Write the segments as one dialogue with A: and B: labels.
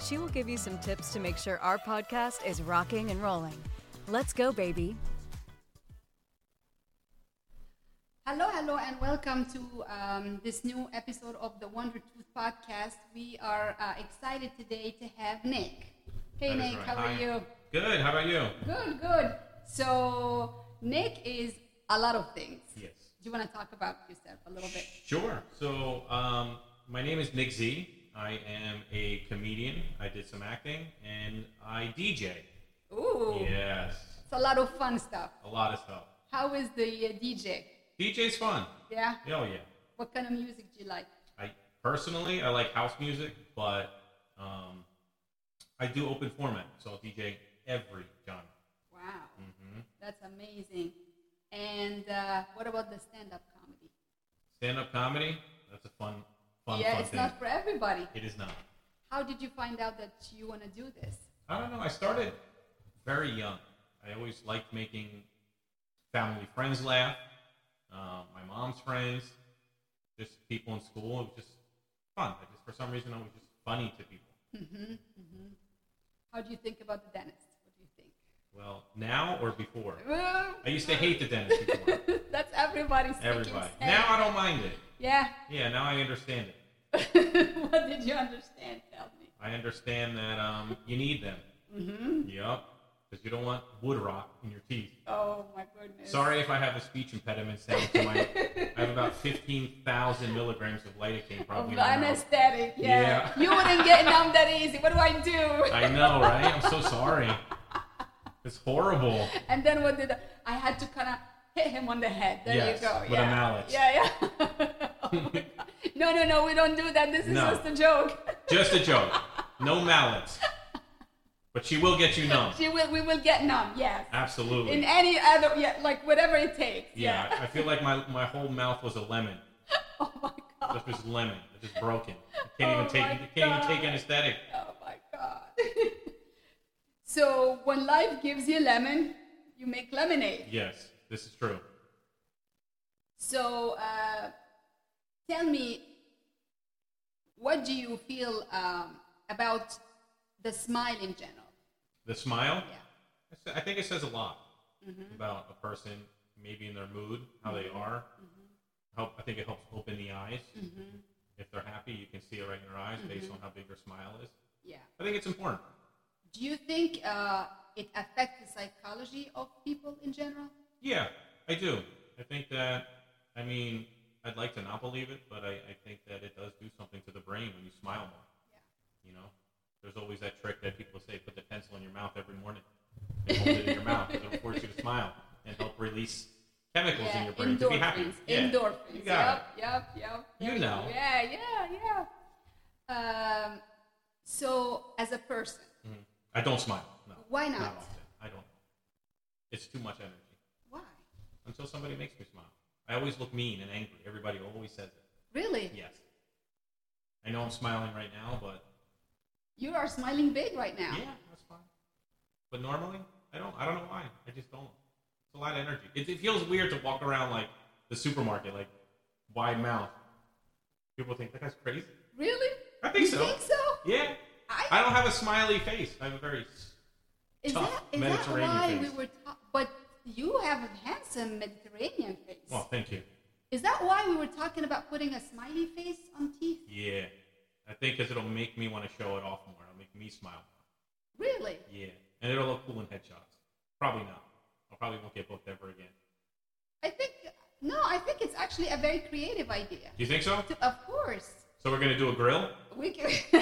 A: She will give you some tips to make sure our podcast is rocking and rolling. Let's go, baby.
B: Hello, hello, and welcome to um, this new episode of the Wonder Tooth podcast. We are uh, excited today to have Nick. Hey,
C: That is
B: Nick,
C: right.
B: how
C: Hi.
B: are you?
C: Good. How about you?
B: Good, good. So, Nick is a lot of things.
C: Yes.
B: Do you want to talk about yourself a little bit?
C: Sure. So, um, my name is Nick Z. I am a comedian. I did some acting and I DJ.
B: Ooh,
C: Yes.
B: it's a lot of fun stuff.
C: A lot of stuff.
B: How is the uh, DJ?
C: DJ's fun.
B: Yeah?
C: Oh, yeah.
B: What kind of music do you like?
C: I personally, I like house music, but um, I do open format. So, I'll DJ every genre. Mm-hmm.
B: Wow,
C: Mm.
B: that's amazing. And uh, what about the stand up comedy?
C: Stand up comedy, that's a fun, fun,
B: yeah,
C: fun
B: it's
C: thing.
B: not for everybody.
C: It is not.
B: How did you find out that you want to do this?
C: I don't know. I started very young. I always liked making family friends laugh, um, my mom's friends, just people in school. It was just fun. I just for some reason I was just funny to people.
B: How do you think about the dentist? What do you think?
C: Well, now or before?
B: Well,
C: I used to hate the dentist before.
B: That's everybody's thinking.
C: Uh, Everybody.
B: Hey,
C: Now I don't mind it.
B: yeah.
C: Yeah, now I understand it.
B: what did you understand? Tell me.
C: I understand that um, you need them. Mm-hmm. Yep. Because you don't want wood rot in your teeth.
B: Oh my goodness.
C: Sorry if I have a speech impediment sound to my. I have about 15,000 milligrams of lidocaine
B: Of
C: probably. in my mouth.
B: anesthetic. Yeah.
C: Yeah.
B: You wouldn't get numb that easy. What do I do?
C: I know, right? I'm so sorry. It's horrible.
B: And then what did I, I had to kind of hit him on the head. There
C: Yes,
B: you go.
C: with a
B: yeah.
C: mallet.
B: Yeah, yeah. Oh, my God. no, no, no. We don't do that. This is
C: No.
B: just a joke.
C: Just a joke. No mallets. But she will get you numb.
B: She will. We will get numb. Yes. In
C: Absolutely.
B: any other, yeah, like whatever it takes.
C: Yeah, I feel like my, my whole mouth was a lemon.
B: Oh my god.
C: Just was lemon. It's just broken. You can't
B: Oh
C: even take
B: my
C: you can't even take
B: God.
C: anesthetic.
B: Oh my god. so when life gives you lemon, you make lemonade.
C: Yes, this is true.
B: So uh, tell me, what do you feel um, about the smile in general?
C: The smile.
B: Yeah.
C: I s- I think it says a lot about a person, maybe in their mood, how they are. Help, I think it helps open the eyes. If they're happy, you can see it right in their eyes based on how big their smile is.
B: Yeah.
C: I think it's important.
B: Do you think uh, it affects the psychology of people in general?
C: Yeah, I do. I think that, I mean, I'd like to not believe it, but I, I think that it does do something to the brain when you smile more. You know, there's always that trick that people say put the pencil in your mouth every morning and hold it in your mouth. It'll force you to smile and help release chemicals in your brain to be happy.
B: endorphins.
C: Yeah,
B: Endorphins.
C: You got it.
B: yep, yep, yep.
C: You
B: There
C: know.
B: go. Yeah, yeah, yeah. Um, so, as a person,
C: Mhm. I don't smile. No.
B: Why not?
C: often. I don't. It's too much energy.
B: why?
C: Until somebody makes me smile. I always look mean and angry. Everybody always says it.
B: Really?
C: Yes. I know I'm smiling right now, but
B: You are smiling big right now.
C: yeah, that's fine. But normally, I don't. I don't know why. I just don't. It's a lot of energy. It, it feels weird to walk around like the supermarket, like wide mouth. People think that guy's crazy.
B: Really?
C: I think
B: you
C: so.
B: Think so?
C: Yeah.
B: I-
C: I don't have a smiley face. I have a very s-
B: Is
C: Tough
B: that, is that
C: Mediterranean
B: why
C: face.
B: we were? Ta- but you have a handsome Mediterranean face.
C: well. Thank you.
B: Is that why we were talking about putting a smiley face on teeth?
C: Yeah. I think because it'll make me want to show it off more. It'll make me smile more.
B: Really?
C: Yeah. And it'll look cool in headshots. Probably not. I probably won't get booked ever again.
B: I think no. I think it's actually a very creative idea.
C: Do you think so?
B: To- Of course.
C: So we're going to do a grill?
B: We can.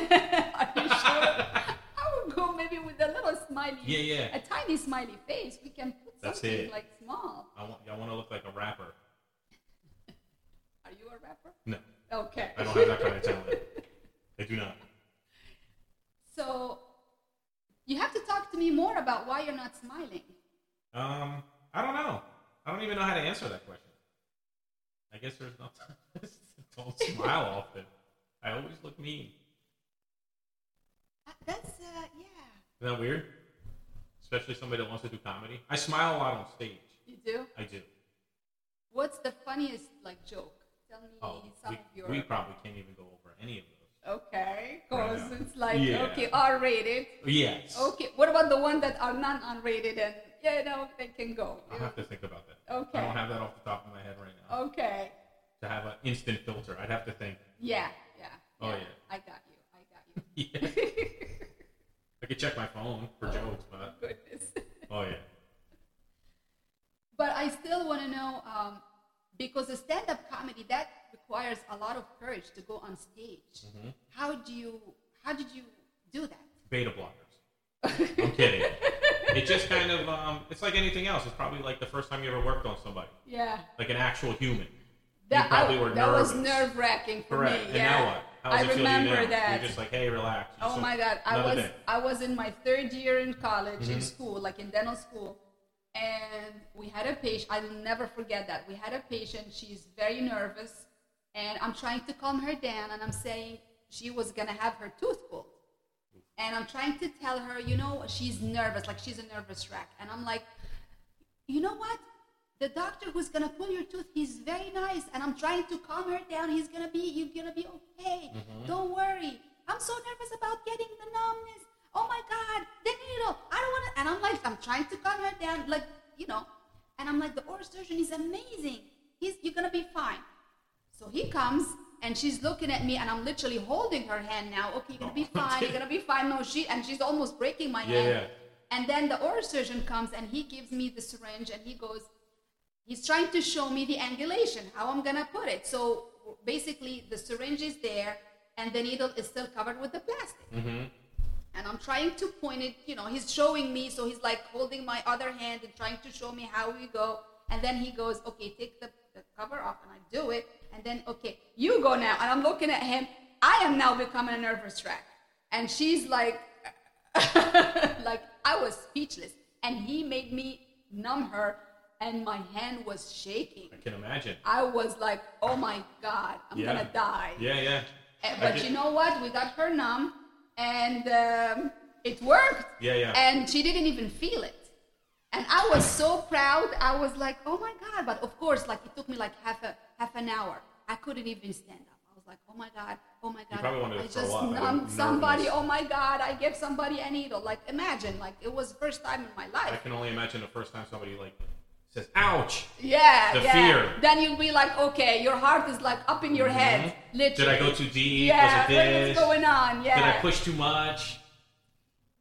B: Are you sure? I would go maybe with a little smiley.
C: Yeah, yeah.
B: A tiny smiley face. We can put
C: That's
B: something
C: it.
B: like small.
C: I want, I want to look like a rapper.
B: Are you a rapper?
C: No.
B: Okay.
C: I don't have that kind of talent. I do not.
B: so, You have to talk to me more about why you're not smiling.
C: Um, I don't know. I don't even know how to answer that question. I guess there's nothing. don't smile often. I always look mean.
B: Uh, That's, uh, yeah.
C: Isn't that weird? Especially somebody that wants to do comedy. I smile a lot on stage.
B: You do?
C: I do.
B: What's the funniest, like, joke? Tell me
C: Oh,
B: some
C: we,
B: of your.
C: we probably can't even go over any of those.
B: Okay, because
C: Right now.
B: it's like,
C: Yeah.
B: okay, R rated.
C: Yes.
B: Okay, what about the one that are non unrated and, you know, they can go?
C: I'll have to think about that.
B: Okay.
C: I don't have that off the top of my head right now.
B: Okay,
C: To have an instant filter, I'd have to think.
B: yeah, yeah.
C: Oh, yeah.
B: I got you, I got you.
C: Yeah. I could check my phone for
B: Oh.
C: jokes, but
B: Goodness.
C: oh yeah.
B: But I still want to know um, because a stand up comedy that requires a lot of courage to go on stage.
C: Mm-hmm.
B: How do you how did you do that?
C: Beta blockers. I'm kidding. It just kind of um, it's like anything else. It's probably like the first time you ever worked on somebody,
B: Yeah.
C: like an actual human.
B: That,
C: you probably
B: I-
C: were
B: that
C: nervous.
B: was nerve wracking for
C: Correct.
B: me.
C: And
B: yeah.
C: now what? How does
B: I
C: it feel to you
B: remember
C: now?
B: that.
C: You're just like, hey, relax. It's
B: oh
C: just
B: my god. I
C: another
B: was
C: day. Mm-hmm.
B: I was in my third year in college in school, like in dental school. And we had a patient I'll never forget that. We had a patient, she's very nervous, and I'm trying to calm her down and I'm saying she was gonna have her tooth pulled. and I'm trying to tell her, you know, she's nervous, like she's a nervous wreck. And I'm like, you know what? The doctor who's gonna pull your tooth, he's very nice, and I'm trying to calm her down. He's gonna be, you're gonna be okay. Don't worry. I'm so nervous about getting the numbness. Oh my God, the needle. I don't wanna. And I'm like, I'm trying to calm her down, like you know. And I'm like, the oral surgeon is amazing. He's, you're gonna be fine. So he comes and she's looking at me and I'm literally holding her hand now. Okay, you're gonna be
C: Oh.
B: fine, you're gonna be fine. No, she and she's almost breaking my hand.
C: Yeah.
B: And then the oral surgeon comes and he gives me the syringe and he goes, he's trying to show me the angulation, how I'm gonna put it. So basically the syringe is there and the needle is still covered with the plastic and I'm trying to point it, you know, he's showing me, so he's like holding my other hand and trying to show me how we go. And then he goes, okay, take the, the cover off, and I do it. And then, okay, you go now. And I'm looking at him. I am now becoming a nervous wreck. And she's like, like I was speechless. And he made me numb her, and my hand was shaking.
C: I can imagine.
B: I was like, oh my God, I'm
C: yeah.
B: gonna die.
C: Yeah, yeah.
B: Uh,
C: I
B: but
C: get-
B: you know what? We got her numb, and um, it worked.
C: Yeah, yeah.
B: And she didn't even feel it. And I was so proud. I was like, "Oh my god!" But of course, like it took me like half a half an hour. I couldn't even stand up. I was like, "Oh my god! Oh my god!"
C: probably wanted to
B: I
C: throw
B: just
C: up. I didn't-
B: numbed
C: nervous.
B: somebody. Oh my god! I gave somebody a needle. Like imagine, like it was first time in my
C: I
B: life.
C: can only imagine the first time somebody like says, "Ouch."
B: Yeah,
C: The
B: yeah.
C: fear. Mm-hmm.
B: Then you'll be like, okay, your heart is like up in your head,
C: Did
B: literally.
C: I go too deep?
B: Yeah,
C: Was it
B: what
C: this?
B: is going on? Yeah.
C: Did I push too much?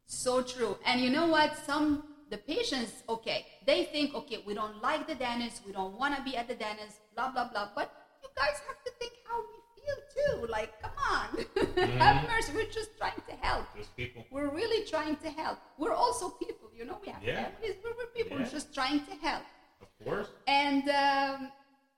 B: So true. And you know what? Some the patients, okay, they think, okay, we don't like the dentist, we don't want to be at the dentist, blah blah blah. But you guys have to think how we feel too. Like, come on,
C: Mm-hmm.
B: have mercy. We're just trying to help.
C: Just people.
B: We're really trying to help. We're also people, you know. We have
C: Yeah.
B: families. We're, we're people.
C: Yeah.
B: We're just trying to help.
C: Of course.
B: And um,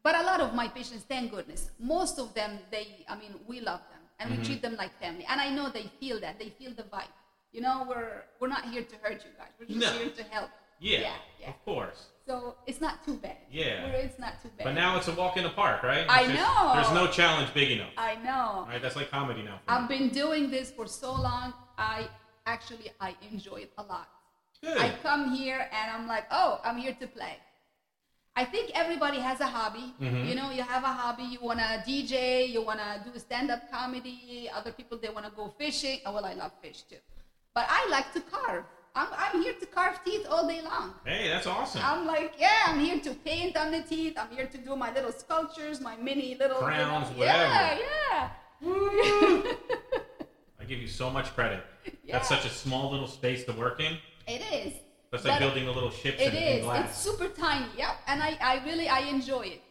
B: but a lot of my patients, thank goodness, most of them, they, I mean, we love them and
C: Mm-hmm.
B: we treat them like family. And I know they feel that. They feel the vibe. You know, we're we're not here to hurt you guys. We're just
C: No.
B: here to help.
C: Yeah.
B: yeah, yeah.
C: Of course.
B: So it's not too bad.
C: Yeah.
B: We're- it's not too bad.
C: But now it's a walk in the park, right?
B: I
C: It's
B: know.
C: There's no challenge big enough.
B: I know.
C: Right? That's like comedy now. For
B: I've
C: me.
B: been doing this for so long. I actually I enjoy it a lot.
C: Good.
B: I come here and I'm like, oh, I'm here to play. I think everybody has a hobby.
C: Mm-hmm.
B: You know, you have a hobby. You wanna DJ. You wanna do stand-up comedy. Other people they wanna go fishing. Oh, well, I love fish too, but I like to carve. I'm I'm here to carve teeth all day long.
C: hey, that's awesome.
B: I'm like, yeah, I'm here to paint on the teeth. I'm here to do my little sculptures, my mini little you know,
C: Crowns,
B: Yeah,
C: whatever.
B: yeah.
C: I give you so much credit.
B: Yeah.
C: That's such a small little space to work in.
B: It is.
C: That's like
B: But-
C: building a little ship
B: It
C: in,
B: is.
C: in glass.
B: It's super tiny. Yep. And I, I really I enjoy it.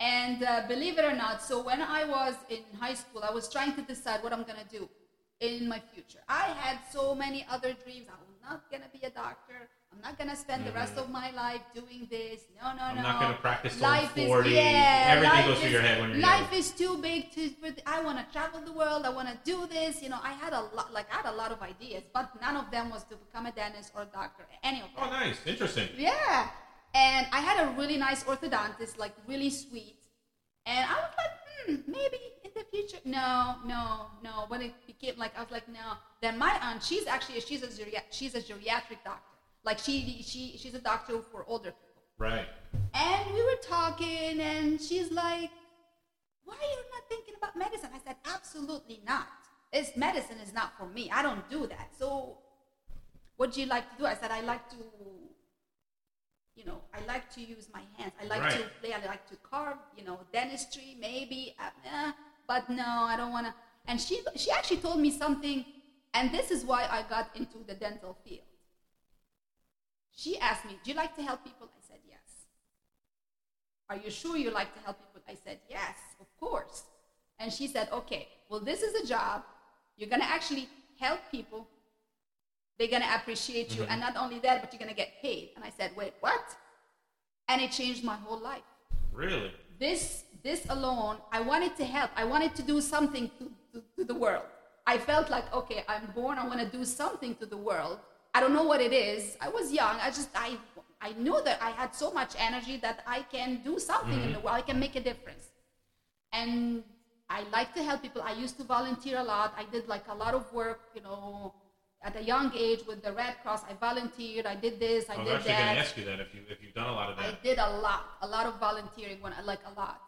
B: And uh, believe it or not, so when I was in high school, I was trying to decide what I'm gonna do in my future. I had so many other dreams. I'm not gonna be a doctor. I'm not gonna spend the rest of my life doing this. No, no,
C: Mm-hmm.
B: no.
C: I'm not going to practice till I'm
B: life
C: 40.
B: is yeah.
C: Everything
B: life
C: goes through
B: is-
C: your head when you're
B: Life
C: young.
B: is too big to. for th- I want to travel the world. I want to do this. You know, I had a lot. Like I had a lot of ideas, but none of them was to become a dentist or a doctor. Any of them.
C: Oh, nice. Interesting.
B: Yeah. And I had a really nice orthodontist, like really sweet. And I was like, hmm, maybe in the future. No, no, no. When it became like, I was like, no. Then my aunt, she's actually she's a geria- she's a geriatric doctor. Like she she she's a doctor for older people.
C: Right.
B: And we were talking, and she's like, why are you not thinking about medicine? I said, absolutely not. It's medicine is not for me. I don't do that. So, what do you like to do? I said, I like to, you know, I like to use my hands. I like to
C: Right.
B: play. I like to carve. You know, dentistry maybe. Uh, eh, but no, I don't want to. And she she actually told me something, and this is why I got into the dental field. She asked me, "Do you like to help people?" I said, "Yes." Are you sure you like to help people? I said, Yes, of course. And she said, Okay, well, this is a job. You're going to actually help people. They're going to appreciate you. And not only that, but you're going to get paid. And I said, Wait, what? And it changed my whole life.
C: Really?
B: This, this alone, I wanted to help. I wanted to do something to, to, to the world. I felt like, okay, I'm born. I want to do something to the world. I don't know what it is. I was young. I just, I, I knew that I had so much energy that I can do something in
C: Mm.
B: the world. I can make a difference and I like to help people. I used to volunteer a lot. I did like a lot of work, you know, at a young age with the Red Cross. I volunteered. I did this. I,
C: I was
B: did
C: Oh, actually going
B: that.
C: to ask you that if you if you've done a lot of
B: I
C: that.
B: did a lot, a lot of volunteering when I like a lot.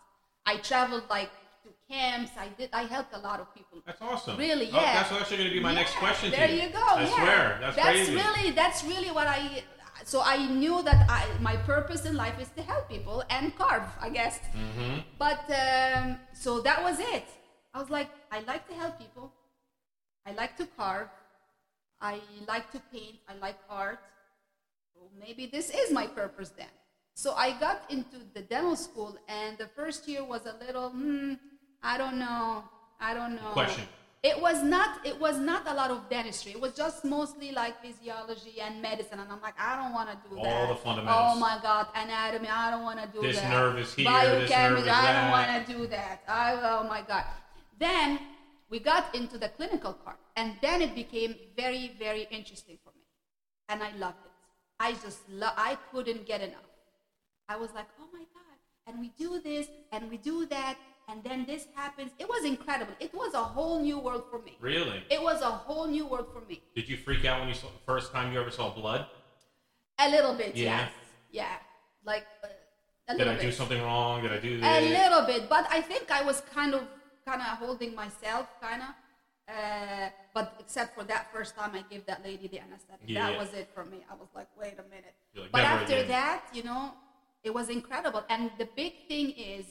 B: I traveled like to camps. I did. I helped a lot of people.
C: That's awesome.
B: Really,
C: Oh,
B: yeah.
C: that's actually going to be my next
B: Yeah,
C: question
B: There
C: to you.
B: you go.
C: I
B: yeah.
C: swear. That's, crazy.
B: really that's really what I. So I knew that I my purpose in life is to help people and carve, I guess.
C: Mm-hmm.
B: But um, so that was it. I was like, I like to help people. I like to carve. I like to paint. I like art. So maybe this is my purpose then. So I got into the dental school, and the first year was a little, hmm, I don't know, I don't know.
C: Question.
B: It was not. It was not a lot of dentistry. It was just mostly like physiology and medicine, and I'm like, I don't want to do
C: All
B: that.
C: the fundamentals.
B: Oh my God, anatomy. I don't want to do
C: This
B: that.
C: nerve is here,
B: Biochemistry.
C: this nerve is
B: I don't
C: that.
B: want to to do that. I, oh my God. Then we got into the clinical part, and then it became very, very interesting for me. And I loved it. I just, lo- I couldn't get enough. I was like, oh my God. And we do this, and we do that, and then this happens. It was incredible. It was a whole new world for me.
C: Really?
B: It was a whole new world for me.
C: Did you freak out when you saw first time you ever saw blood?
B: A little bit,
C: Yeah.
B: yes. Yeah. Like, uh, a
C: Did
B: little
C: I
B: bit.
C: do something wrong? Did I do this?
B: a little bit but i think i was kind of kind of holding myself kind of uh, but except for that first time i gave that lady the anesthetic
C: Yeah.
B: that was it for me i was like wait a minute
C: You're like,
B: but
C: "Never
B: after
C: again."
B: that you know it was incredible and the big thing is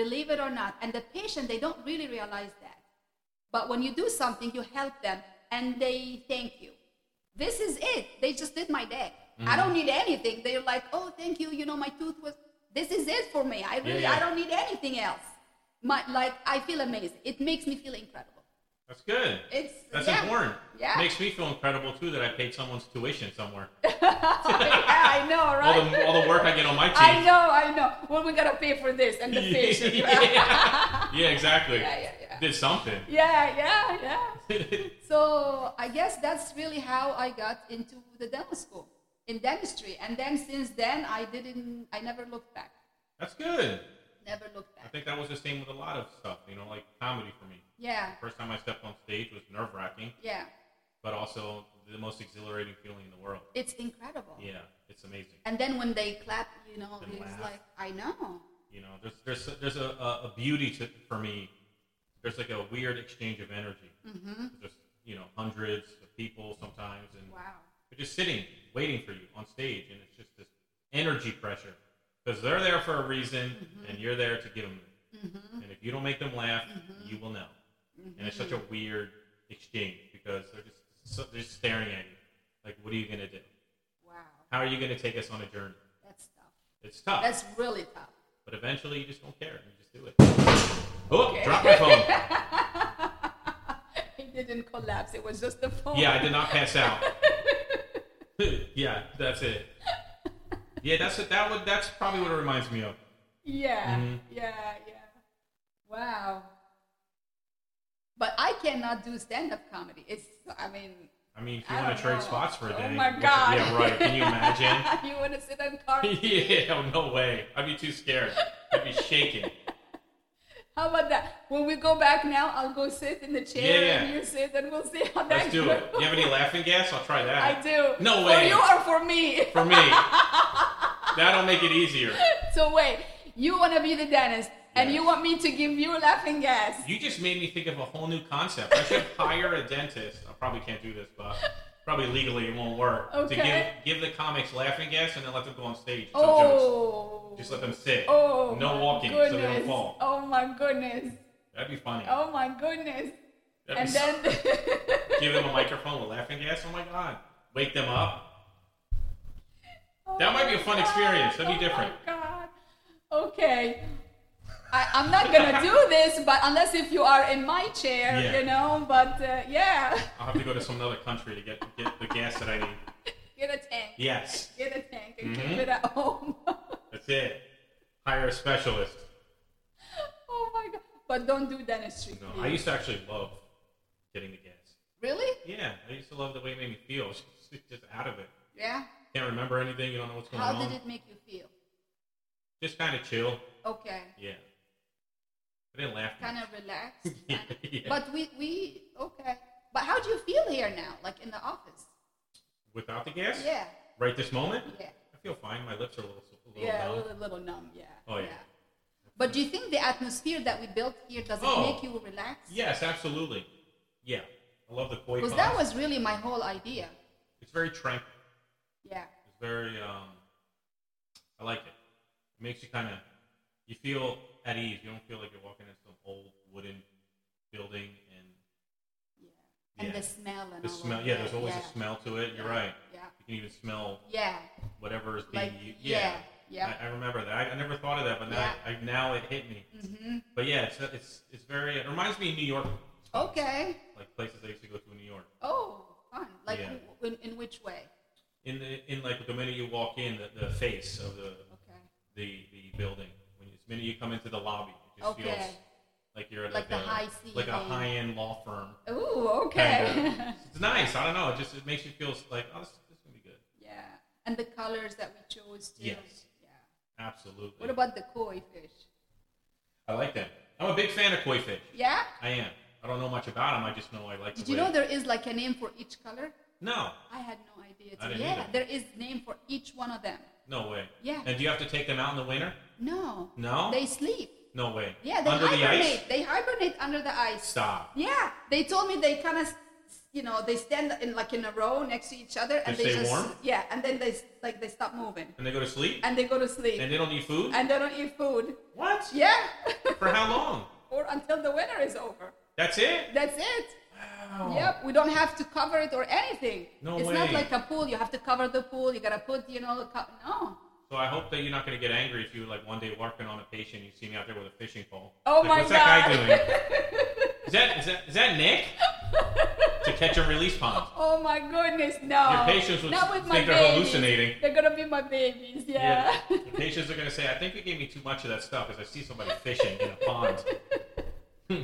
B: believe it or not and the patient they don't really realize that but when you do something you help them and they thank you this is it they just did my day i
C: Mm-hmm.
B: don't need anything they're like oh thank you you know my tooth was this is it for me i really
C: yeah.
B: i don't need anything else my like i feel amazing it makes me feel incredible
C: That's good.
B: it's
C: That's
B: yeah.
C: important.
B: yeah.
C: Makes me feel incredible too that I paid someone's tuition somewhere.
B: yeah i know right
C: All the all the work I get on my teeth.
B: i know i know well we gotta pay for this and the fish
C: yeah. Yeah, exactly.
B: Yeah, yeah, yeah.
C: Did something.
B: yeah yeah yeah So I guess that's really how I got into the dental school in dentistry, and then since then I didn't, I never looked back,
C: That's good.
B: never looked
C: I
B: back.
C: think that was the same with a lot of stuff, you know, like comedy for me.
B: Yeah,
C: First time I stepped on stage was nerve wracking,
B: yeah,
C: but also the most exhilarating feeling in the world.
B: it's incredible.
C: Yeah, it's amazing.
B: And then when they clap, you know,
C: And
B: it's
C: laugh.
B: like I know.
C: You know, there's there's there's a, a, a beauty to for me. There's like a weird exchange of energy.
B: hmm
C: Just you know, hundreds of people sometimes, and
B: Wow.
C: They're just sitting, waiting for you on stage, and it's just this energy pressure because they're there for a reason,
B: Mm-hmm.
C: and you're there to give them. And if you don't make them laugh,
B: Mm-hmm.
C: you will know. And it's such a weird exchange because they're just so, they're just staring at you, like, "What are you gonna do?
B: Wow,
C: How are you gonna take us on a journey?"
B: that's tough.
C: It's tough,
B: That's really tough.
C: but eventually you just don't care and you just do it. Oh, drop my phone.
B: It didn't collapse. It was just the phone.
C: yeah, I did not pass out. Yeah, that's it. yeah, that's it. That would that's probably what it reminds me of.
B: Yeah,
C: Mhm.
B: yeah, yeah. Wow. But I cannot do stand-up comedy. It's, I mean,
C: I mean, if you
B: I
C: want
B: don't
C: to trade
B: know.
C: spots for a
B: Oh
C: day,
B: my
C: what's it-
B: God.
C: yeah, right. Can you imagine?
B: you want to sit on car?
C: yeah, oh, no way. I'd be too scared. I'd be shaking.
B: How about that? When we go back now, I'll go sit in the chair
C: Yeah, yeah.
B: and you sit, and we'll see how
C: Let's
B: that
C: do
B: goes.
C: it. You have any laughing gas? I'll try that.
B: I do.
C: No
B: for
C: way.
B: you or for me?
C: For me, that'll make it easier.
B: So wait, you want to be the dentist, and
C: Yes.
B: you want me to give you laughing gas?
C: You just made me think of a whole new concept. I should hire a dentist. I probably can't do this, but probably legally it won't work.
B: Okay.
C: To give give the comics laughing gas and then let them go on stage. and tell jokes.
B: Oh.
C: Just let them sit.
B: Oh.
C: no
B: my
C: walking,
B: goodness.
C: so they don't fall.
B: Oh my goodness.
C: That'd be funny.
B: Oh my goodness.
C: That'd
B: And
C: be
B: then
C: give them a microphone with laughing gas. Oh my god! Wake them up. That might be a fun experience. That'd be different.
B: Oh my god. Okay. I, I'm not gonna do this, but unless if you are in my chair,
C: Yeah.
B: you know. But uh, yeah,
C: I'll have to go to some other country to get get the gas that I need.
B: get a tank.
C: Yes,
B: Get a tank and keep
C: Mhm.
B: it at home.
C: that's it. Hire a specialist.
B: oh my god! But don't do dentistry.
C: No,
B: please.
C: I used to actually love getting the gas.
B: really?
C: Yeah, I used to love the way it made me feel. It's Just, it's just out of it.
B: Yeah.
C: Can't remember anything. You don't know what's going
B: How
C: on.
B: did it make you feel?
C: Just kind of chill.
B: Okay.
C: Yeah. I didn't laugh.
B: Kind of relaxed.
C: Yeah,
B: kinda-
C: yeah.
B: But we we okay. But how do you feel here now? Like in the office?
C: Without the gas?
B: Yeah.
C: Right this moment?
B: Yeah.
C: I feel fine. My lips are a little, a little
B: Yeah, a
C: numb.
B: little, little numb. Yeah.
C: Oh, yeah.
B: But do you think the atmosphere that we built here does it
C: Oh.
B: make you relax?
C: Yes, absolutely. Yeah. I love the koi
B: Because
C: ponds.
B: that was really my whole idea.
C: It's very tranquil.
B: Yeah.
C: It's very, um, I like it. It makes you kind of, you feel at ease. You don't feel like you're walking in some old wooden building and
B: Yeah. And
C: Yeah.
B: the smell and
C: the
B: all of
C: smell. Yeah,
B: that,
C: there's always
B: yeah.
C: a smell to it. You're
B: Yeah,
C: right.
B: yeah.
C: You can even smell
B: Yeah.
C: whatever is being
B: Like
C: used.
B: yeah. Yeah.
C: I, I remember that. I, I never thought of that, but now, I, I, now it hit me.
B: hmm
C: But yeah, it's, it's it's very. It reminds me of New York,
B: Okay.
C: like places I used to go to in New York.
B: Oh, fun. Like
C: Yeah.
B: w- in, in which way?
C: In the in like the minute you walk in, the, the face of the
B: Okay.
C: the, the building. When you, the minute you come into the lobby, it just
B: Okay.
C: feels like you're at
B: Like
C: like,
B: the
C: a
B: high
C: like a
B: ceiling.
C: high end law firm.
B: Ooh, okay.
C: kind of. it's nice. I don't know. It just it makes you feel like oh, this, this is gonna be good.
B: yeah. And the colors that we chose too.
C: Yes.
B: Yeah.
C: Absolutely.
B: What about the koi fish?
C: I like them. I'm a big fan of koi fish.
B: Yeah?
C: I am. I don't know much about them. I just know I like.
B: Did
C: the
B: you
C: way-
B: know there is like a name for each color?
C: No,
B: I had no idea.
C: I
B: too.
C: didn't
B: yeah,
C: either.
B: there is name for each one of them.
C: no way.
B: Yeah.
C: And do you have to take them out in the winter?
B: No.
C: No?
B: They sleep.
C: No way.
B: Yeah, they
C: under the
B: hibernate.
C: ice.
B: They hibernate under the ice.
C: Stop.
B: Yeah, they told me they kind of, you know, they stand in like in a row next to each other and
C: They
B: they
C: stay
B: just
C: warm?
B: yeah, and then they s- like they stop moving
C: And they go to sleep.
B: and they go to sleep
C: And they don't eat food.
B: and they don't eat food.
C: What?
B: Yeah,
C: For how long?
B: or until the winter is over.
C: That's it.
B: That's it.
C: Wow.
B: Yep, we don't have to cover it or anything.
C: Oh. No
B: it's not
C: way.
B: like a pool. You have to cover the pool. You gotta put, you know, co- no.
C: So I hope that you're not going to get angry if you like one day working on a patient, you see me out there with a fishing pole.
B: Oh
C: Like,
B: my
C: what's
B: God.
C: that guy doing? is that is that is that Nick? to catch and release pond.
B: Oh my goodness, no.
C: Your patients would
B: Not with my
C: think they're
B: babies.
C: hallucinating.
B: They're gonna be my babies, yeah.
C: The patients are going to say, I think you gave me too much of that stuff because I see somebody fishing in a pond. Hmm.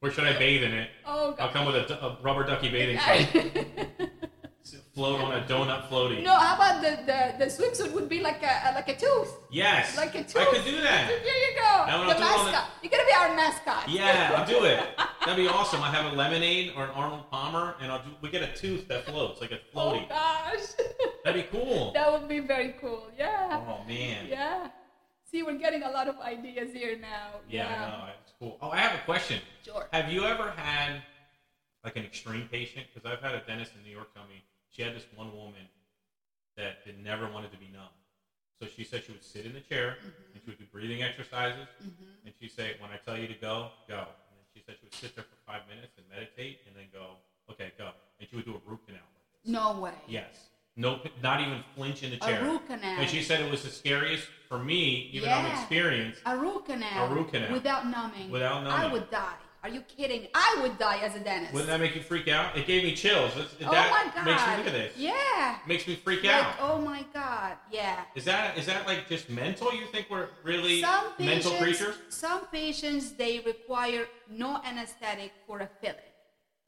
C: Where should I bathe in it?
B: oh
C: I'll
B: god.
C: come with a, du- a rubber ducky bathing suit. Float on a donut floaty.
B: no, how about the, the, the swimsuit would be like a like a tooth.
C: Yes.
B: Like a tooth.
C: I could do that.
B: Here you go.
C: Now we're
B: the
C: not doing all
B: mascot. You're gonna be our mascot.
C: Yeah, I'll do it. That'd be awesome. I have a lemonade or an Arnold Palmer, and I'll do. We get a tooth that floats, like a
B: Oh
C: floaty.
B: gosh.
C: That'd be cool.
B: that would be very cool. Yeah.
C: Oh man.
B: Yeah. See, we're getting a lot of ideas here now.
C: Yeah, I know. It's cool. Oh, I have a question.
B: Sure.
C: Have you ever had like an extreme patient? Because I've had a dentist in New York tell me she had this one woman that did never wanted to be numb. So she said she would sit in the chair
B: Mm-hmm.
C: and she would do breathing exercises, and she'd say, "When I tell you to go, go." And then she said she would sit there for five minutes and meditate, and then go, "Okay, go." And she would do a root canal.
B: No way.
C: Yes. No, not even flinch in the
B: A
C: chair.
B: root canal.
C: And she said it was the scariest for me, even though I'm
B: Yeah.
C: experienced.
B: A root canal.
C: A root canal.
B: Without numbing.
C: Without
B: I
C: numbing.
B: would die. Are you kidding? I would die as a dentist.
C: Wouldn't that make you freak out? It gave me chills. It's-
B: oh
C: that
B: my god!
C: makes me look at this.
B: Yeah.
C: Makes me freak
B: Like,
C: out.
B: oh my god! Yeah.
C: Is that is that like just mental? You think we're really
B: Some
C: mental
B: patients,
C: creatures?
B: some patients, they require no anesthetic for a filling.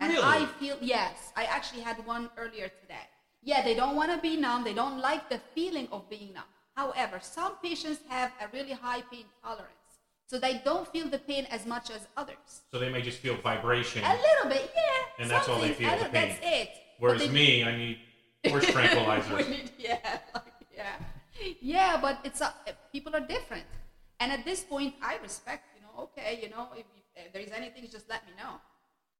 B: And
C: Really?
B: I feel yes. I actually had one earlier today. Yeah, they don't want to be numb. They don't like the feeling of being numb. However, some patients have a really high pain tolerance, so they don't feel the pain as much as others.
C: So they may just feel vibration.
B: A little bit, yeah.
C: And that's all they
B: something.
C: feel,
B: I
C: the
B: don't- That's
C: pain.
B: it. But
C: Whereas
B: they-
C: me, I need horse tranquilizers.
B: We- yeah, like, yeah, yeah. But it's uh, people are different, and at this point, I respect. You know, okay, you know, if, you- if there is anything, just let me know.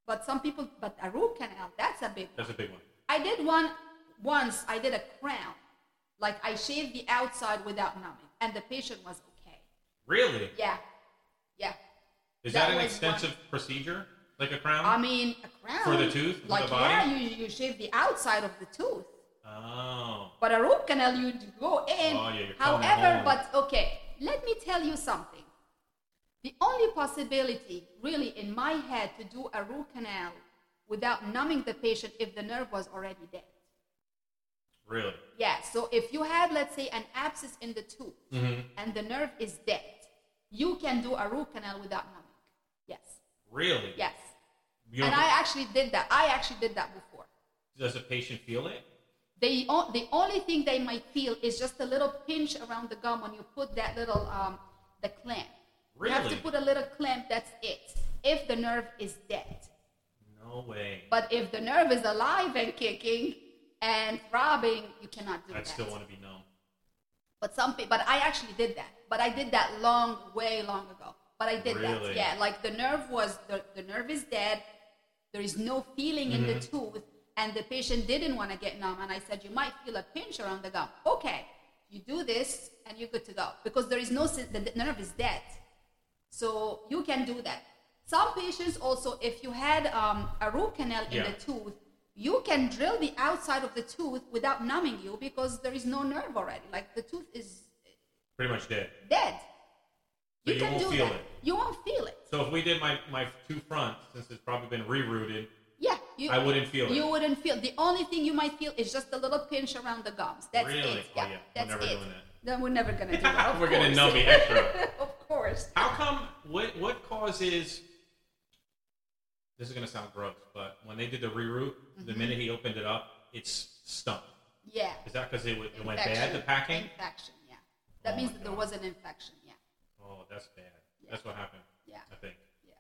B: But some people, but a root canal, that's a big.
C: That's a big one.
B: I did one once. I did a crown, like I shaved the outside without numbing, and the patient was okay.
C: Really?
B: Yeah, yeah.
C: Is
B: That
C: that, an
B: was Um,
C: extensive procedure? Like a crown?
B: I mean, a crown
C: Um, For the tooth, for the
B: like
C: body?
B: yeah, you you shave the outside of the tooth.
C: oh.
B: But a root canal, you go in.
C: Oh, yeah, you're coming
B: However,
C: home.
B: but okay, let me tell you something. The only possibility, really, in my head, to do a root canal without numbing the patient if the nerve was already dead.
C: Really?
B: Yeah, so if you had, let's say, an abscess in the tooth
C: Mm-hmm.
B: and the nerve is dead, you can do a root canal without numbing. Yes,
C: Really?
B: yes.
C: You
B: and
C: don't-
B: I actually did that. I actually did that before.
C: does the patient feel it?
B: They o- the only thing they might feel is just a little pinch around the gum when you put that little um, the clamp. You have to
C: Really?
B: put a little clamp. That's it. If the nerve is dead,
C: No way.
B: but if the nerve is alive and kicking and throbbing, you cannot do
C: I'd
B: that.
C: still want to be numb.
B: But some pe- but I actually did that. But I did that long, way long ago. But I did
C: Really?
B: that. Yeah, like the nerve was the, the nerve is dead. There is no feeling in the tooth, and the patient didn't want to get numb. And I said, you might feel a pinch around the gum. Okay, you do this, and you're good to go because there is no sen- the, the nerve is dead. So you can do that. Some patients also, if you had um, a root canal in
C: Yeah.
B: the tooth, you can drill the outside of the tooth without numbing you because there is no nerve already. Like the tooth is
C: Pretty much dead.
B: dead.
C: So you won't feel it.
B: You won't feel it.
C: So if we did my, my two fronts, since it's probably been rerouted,
B: Yeah, you,
C: I wouldn't feel it.
B: You wouldn't feel. The only thing you might feel is just a little pinch around the gums. That's
C: Really?
B: it.
C: Oh,
B: Yeah,
C: yeah. We're
B: that's
C: never
B: it.
C: doing that.
B: Then we're never gonna do that. of
C: we're going
B: course.
C: to numb the extra.
B: of course.
C: How come? What what causes? This is gonna sound gross, but when they did the reroute, the
B: Mm-hmm.
C: minute he opened it up, it's stunk.
B: Yeah.
C: Is that because it, w- it went
B: Infection.
C: bad? The packing?
B: Infection. Yeah. That
C: Oh
B: means
C: my
B: that there
C: God.
B: was an infection. Yeah.
C: Oh, that's bad. That's what happened.
B: Yeah.
C: I think
B: Yeah.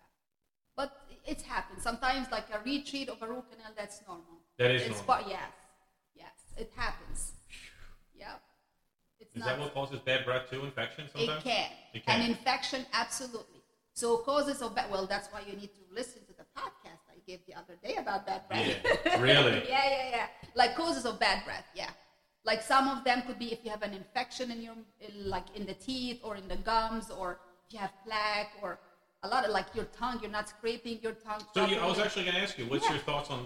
B: But it's happened. Sometimes like a retreat of a root canal, that's normal.
C: that is
B: it's pa-
C: normal.
B: yes. Yes. It happens. Yep. It's
C: Is that what causes bad breath too? Infection sometimes?
B: It can.
C: It can.
B: An infection, absolutely. So causes of bad. Well, that's why you need to listen to the podcast I gave the other day about bad breath.
C: Yeah, really?
B: yeah, yeah, yeah. Like causes of bad breath. Yeah. Like some of them could be if you have an infection in your, in, like in the teeth or in the gums, or if you have plaque, or a lot of like your tongue. You're not scraping your tongue.
C: So you, I was
B: properly.
C: actually gonna ask you, what's
B: Yeah.
C: your thoughts on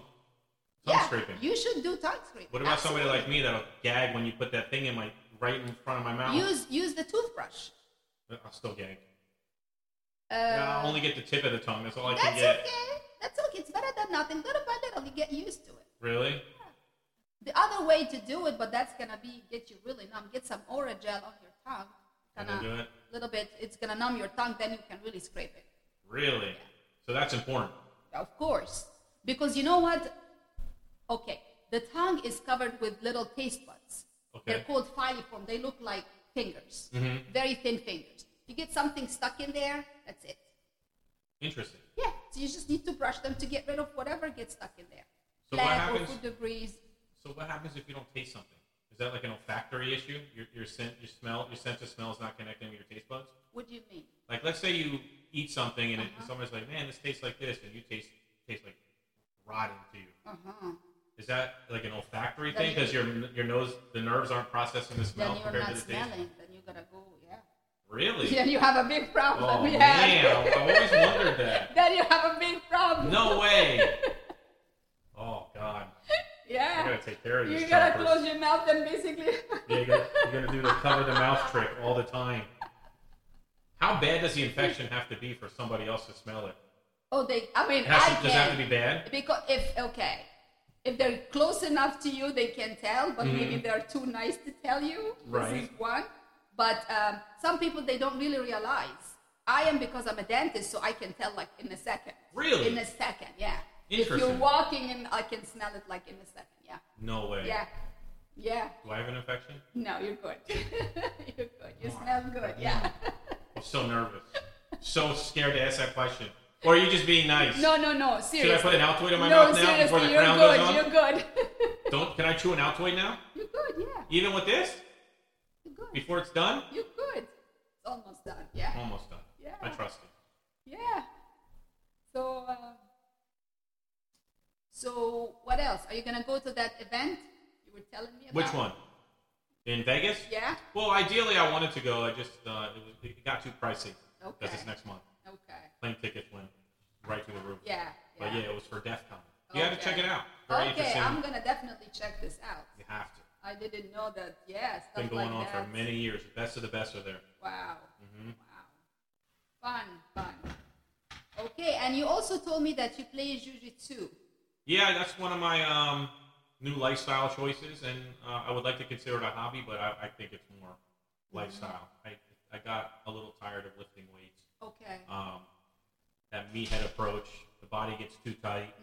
C: tongue
B: yeah,
C: scraping?
B: You should do tongue scraping.
C: what about somebody
B: absolutely.
C: like me that'll gag when you put that thing in my right in front of my mouth?
B: Use use the toothbrush.
C: I'll still gag.
B: Uh,
C: I only get the tip of the tongue. That's all I can
B: That's
C: get.
B: okay. That's okay. It's better than nothing. Little by little, you get used to it.
C: Really?
B: The other way to do it, but that's gonna be get you really numb. Get some aura gel on your tongue.
C: Can I do
B: Gonna
C: it?
B: little bit. It's gonna numb your tongue. Then you can really scrape it.
C: Really? So that's important.
B: Of course, because you know what? Okay, the tongue is covered with little taste buds.
C: Okay. Mm-hmm.
B: They're called filiform. They look like fingers, very thin fingers. You get something stuck in there. That's it.
C: Interesting.
B: Yeah. So you just need to brush them to get rid of whatever gets stuck in there.
C: So what
B: Plaque
C: happens-
B: Or food debris.
C: So what happens if you don't taste something? Is that like an olfactory issue? Your, your scent, your smell, your sense of smell is not connecting with your taste buds.
B: What do you mean?
C: Like let's say you eat something and, it,
B: Uh-huh.
C: and somebody's like, "Man, this tastes like this," and you taste taste like rotten to you.
B: Uh huh.
C: Is that like an olfactory
B: Then
C: thing?
B: you-
C: Because your your nose, the nerves aren't processing the
B: Then
C: smell
B: you're
C: compared to
B: not
C: the taste.
B: smelling. Then you gotta go. Yeah.
C: Really?
B: Then you have a big problem.
C: Oh
B: yeah.
C: man, I've always wondered that.
B: Then you have a big problem.
C: No way. Oh god, I
B: Yeah.
C: gotta take care of this.
B: You gotta
C: chompers.
B: close your mouth and basically.
C: Yeah, you're gonna, you're gonna do the cover the mouth trick all the time. How bad does the infection have to be for somebody else to smell it?
B: Oh, they. I mean,
C: It has
B: I
C: to, does it
B: can.
C: have to be bad?
B: Because if okay, if they're close enough to you, they can tell. But maybe they're too nice to tell you. This is
C: Mm-hmm. Right.
B: one. But um, some people they don't really realize. I am because I'm a dentist, so I can tell like in a second.
C: Really?
B: In a second, yeah. If you're
C: Interesting.
B: walking and I can smell it like in a second, yeah.
C: No way.
B: Yeah. Yeah.
C: Do I have an infection?
B: No, you're good. you're good. You smell good. Yeah.
C: I'm so nervous. so scared to ask that question. Or are you just being nice?
B: No, no, no. Seriously.
C: Should I put an Altoid in my
B: no,
C: mouth now
B: seriously,
C: before the
B: you're
C: crown
B: good.
C: goes on?
B: You're good.
C: Don't. Can I chew an Altoid now?
B: you're good. Yeah.
C: Even with this?
B: You're good.
C: Before it's done?
B: You're good. It's almost done. Yeah.
C: Almost done.
B: Yeah.
C: I trust it.
B: Yeah. So. Uh, so what else? Are you gonna go to that event you were telling me about?
C: Which one? In Vegas?
B: Yeah.
C: Well, ideally, I wanted to go. I just uh, it, was, it got too pricey. Because
B: Okay.
C: it's next month.
B: Okay.
C: Plane tickets went right to the roof.
B: Yeah.
C: But Oh, yeah,
B: yeah.
C: it was for DEF CON. You have to
B: Okay.
C: check it out. Very
B: Okay,
C: interesting.
B: I'm gonna definitely check this out.
C: You have to.
B: I didn't know that. Yeah, stuff
C: Been going
B: like
C: on
B: that.
C: for many Mm-hmm. years. Best of the best are there.
B: Wow. Wow. Fun, fun. Okay, and you also told me that you play jujitsu.
C: Yeah, that's one of my um, new lifestyle choices, and uh, I would like to consider it a hobby, but I, I think it's more
B: Mm-hmm.
C: lifestyle. I, I got a little tired of lifting weights.
B: Okay.
C: Um, that meathead approach, the body gets too tight.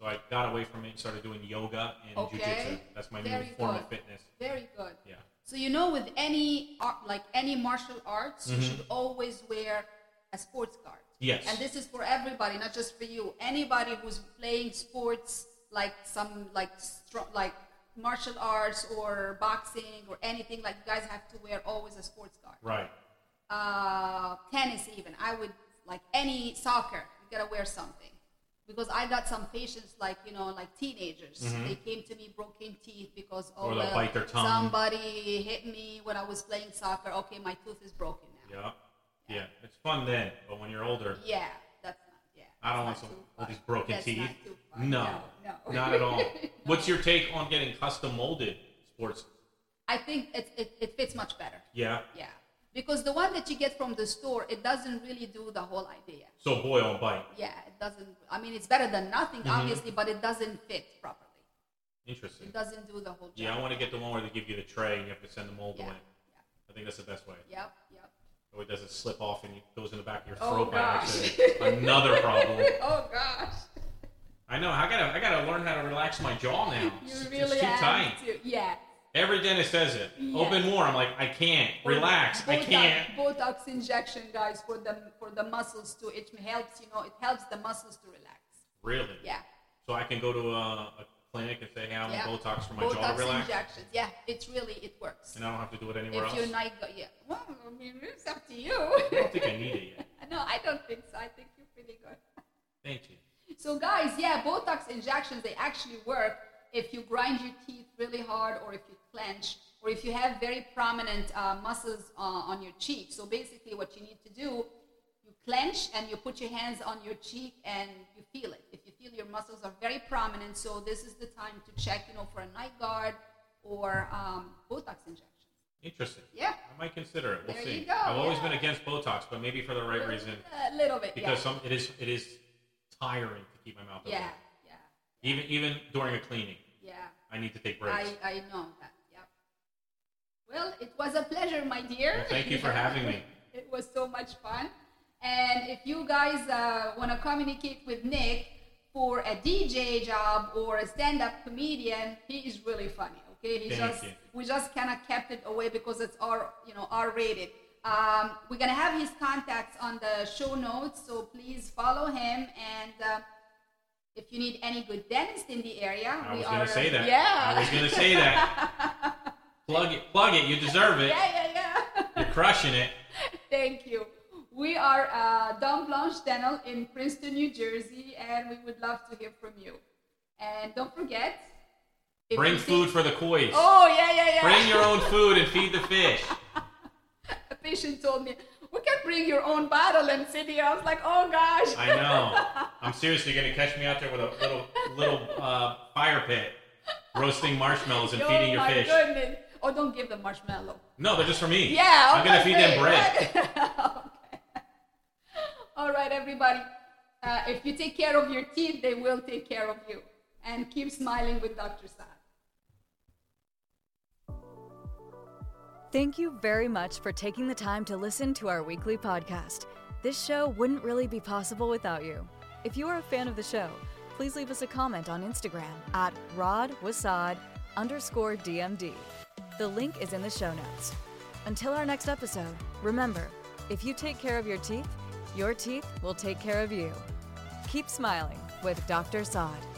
C: So I got away from it and started doing yoga and
B: Mm-hmm. Okay.
C: jujitsu. That's my
B: Very
C: new form of
B: good.
C: fitness.
B: Very good.
C: Yeah.
B: So you know, with any art, like any martial arts, you should always wear a sports card.
C: Yes.
B: And this is for everybody, not just for you. Anybody who's playing sports, like some like strong, like martial arts or boxing or anything, like you guys have to wear always a sports card.
C: Right.
B: uh, tennis even i would like any soccer you gotta wear something because i got some patients like you know like teenagers they came to me broken teeth because oh
C: Mm-hmm. Or they'll
B: well,
C: bite their tongue.
B: somebody hit me when i was playing soccer okay my tooth is broken now
C: Yeah. Yeah. It's fun then, but when you're older,
B: yeah, that's not yeah
C: I don't want
B: that's not
C: some
B: too
C: all
B: fun.
C: these broken
B: That's
C: teeth.
B: not too fun.
C: no,
B: no, no.
C: not at all. What's your take on getting custom molded sports?
B: i think it, it, it fits much better
C: Yeah.
B: yeah because the one that you get from the store it doesn't really do the whole idea
C: So boil and bite.
B: yeah, it doesn't. I mean, it's better than nothing,
C: Mm-hmm.
B: obviously, but it doesn't fit properly.
C: Interesting.
B: It doesn't do the whole job.
C: Yeah, I want to get the one where they give you the tray and you have to send the mold
B: Yeah,
C: away. I think that's the best way.
B: yeah, yep, yep.
C: Or it doesn't slip off and it goes in the back of your
B: Oh,
C: throat by
B: gosh.
C: accident. Another problem.
B: Oh gosh,
C: I know. I gotta. I gotta learn how to relax my jaw now.
B: you
C: It's- it's,
B: really
C: too
B: have
C: tight.
B: to. Yeah.
C: Every dentist says it.
B: Yeah.
C: Open more. I'm like, I can't. Relax. I
B: Botox-
C: can't.
B: Botox injection, guys, for the for the muscles too. It helps, you know, it helps the muscles to relax.
C: Really.
B: Yeah.
C: So I can go to a, a clinic and say, hey, I want
B: yeah.
C: Botox for my
B: Botox
C: jaw to relax,
B: injections. Yeah, it's really it works.
C: and I don't have to do it anywhere
B: If
C: else.
B: you're not, go- yeah. Well, I mean, it's up to you.
C: I don't think I need it yet.
B: no, I don't think so. I think you're pretty good.
C: Thank you.
B: So guys, yeah, Botox injections they actually work if you grind your teeth really hard, or if you clench, or if you have very prominent uh, muscles uh, on your cheek. So basically, what you need to do, you clench and you put your hands on your cheek and you feel it. If you feel your muscles are very prominent, so this is the time to check, you know, for a night guard or um, Botox injection.
C: Interesting.
B: Yeah,
C: I might consider it. We'll
B: There
C: see.
B: you go,
C: I've always
B: yeah.
C: been against Botox, but maybe for the right reason.
B: a little bit.
C: Because
B: yeah.
C: some it is it is tiring to keep my mouth open.
B: yeah, yeah,
C: Even even during a cleaning,
B: yeah.
C: I need to take breaks.
B: I, I know that. Yep. Well, it was a pleasure, my dear.
C: Well, thank you for having me.
B: It was so much fun. And if you guys uh, want to communicate with Nick for a DJ job or a stand-up comedian, he is really funny. Okay, he
C: Thank
B: just
C: you.
B: we just kind of kept it away because it's R, you know, R-rated. Um, we're gonna have his contacts on the show notes, so please follow him and. Uh, if you need any good dentist in the area,
C: I
B: we
C: was
B: are,
C: gonna say that.
B: Yeah.
C: I was gonna say that. plug it, plug it. You deserve it.
B: Yeah, yeah, yeah.
C: You're crushing it.
B: Thank you. We are uh, Don Blanche Dental in Princeton, New Jersey, and we would love to hear from you. And don't forget, if
C: Bring
B: you
C: food
B: think-
C: for the koi.
B: Oh yeah, yeah, yeah.
C: Bring your own food and feed the fish.
B: A patient told me we can bring your own bottle and sit here. I was like, oh gosh.
C: I know. I'm seriously gonna catch me out there with a little little uh, fire pit, roasting marshmallows and
B: oh
C: feeding your
B: my
C: fish.
B: goodness. Oh, don't give them marshmallow.
C: No, they're just for me.
B: Yeah.
C: I'm gonna
B: okay,
C: feed them
B: great.
C: bread.
B: okay. All right, everybody. uh, if you take care of your teeth, they will take care of you. And keep smiling with Dr. Saad.
A: Thank you very much for taking the time to listen to our weekly podcast. This show wouldn't really be possible without you. If you are a fan of the show, please leave us a comment on Instagram at rodwasad underscore DMD. The link is in the show notes. Until our next episode, remember if you take care of your teeth, your teeth will take care of you. Keep smiling with Dr. Sod.